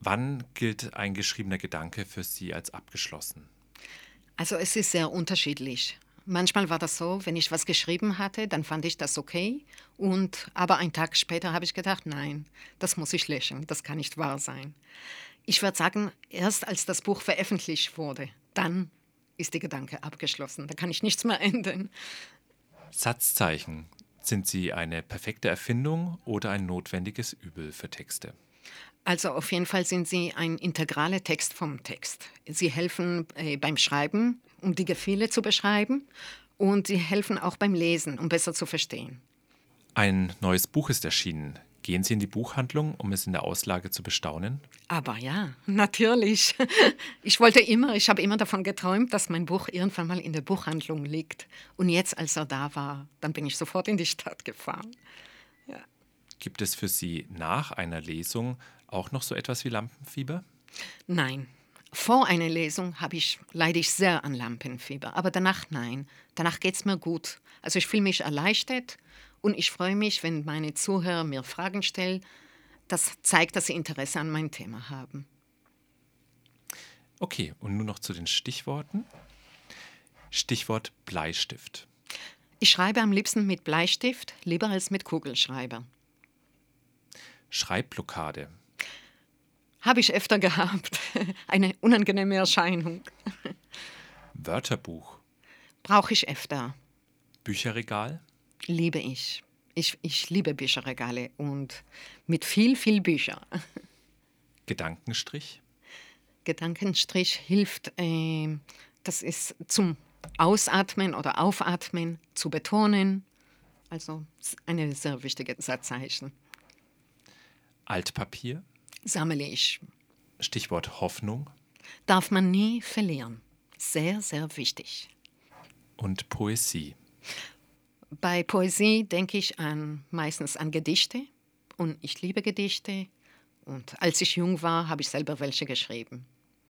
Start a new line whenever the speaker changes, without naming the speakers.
Wann gilt ein geschriebener Gedanke für Sie als abgeschlossen?
Also es ist sehr unterschiedlich. Manchmal war das so, wenn ich was geschrieben hatte, dann fand ich das okay. Und aber einen Tag später habe ich gedacht, nein, das muss ich löschen, das kann nicht wahr sein. Ich würde sagen, erst als das Buch veröffentlicht wurde, dann ist der Gedanke abgeschlossen. Da kann ich nichts mehr ändern.
Satzzeichen. Sind sie eine perfekte Erfindung oder ein notwendiges Übel für Texte?
Also auf jeden Fall sind sie ein integraler Text vom Text. Sie helfen äh, beim Schreiben, um die Gefühle zu beschreiben und sie helfen auch beim Lesen, um besser zu verstehen.
Ein neues Buch ist erschienen. Gehen Sie in die Buchhandlung, um es in der Auslage zu bestaunen?
Aber ja, natürlich. Ich wollte immer, ich habe immer davon geträumt, dass mein Buch irgendwann mal in der Buchhandlung liegt. Und jetzt, als er da war, dann bin ich sofort in die Stadt gefahren.
Gibt es für Sie nach einer Lesung auch noch so etwas wie Lampenfieber?
Nein. Vor einer Lesung habe ich, leide ich sehr an Lampenfieber, aber danach nein. Danach geht es mir gut. Also ich fühle mich erleichtert und ich freue mich, wenn meine Zuhörer mir Fragen stellen. Das zeigt, dass sie Interesse an meinem Thema haben.
Okay, und nun noch zu den Stichworten. Stichwort Bleistift.
Ich schreibe am liebsten mit Bleistift, lieber als mit Kugelschreiber.
Schreibblockade.
Habe ich öfter gehabt. Eine unangenehme Erscheinung.
Wörterbuch.
Brauche ich öfter.
Bücherregal.
Liebe ich. ich. Ich liebe Bücherregale und mit viel, viel Bücher.
Gedankenstrich.
Gedankenstrich hilft, äh, das ist zum Ausatmen oder Aufatmen zu betonen. Also eine sehr wichtige Satzzeichen.
Altpapier.
Sammle ich.
Stichwort Hoffnung.
Darf man nie verlieren. Sehr, sehr wichtig.
Und Poesie.
Bei Poesie denke ich an, meistens an Gedichte und ich liebe Gedichte. Und als ich jung war, habe ich selber welche geschrieben.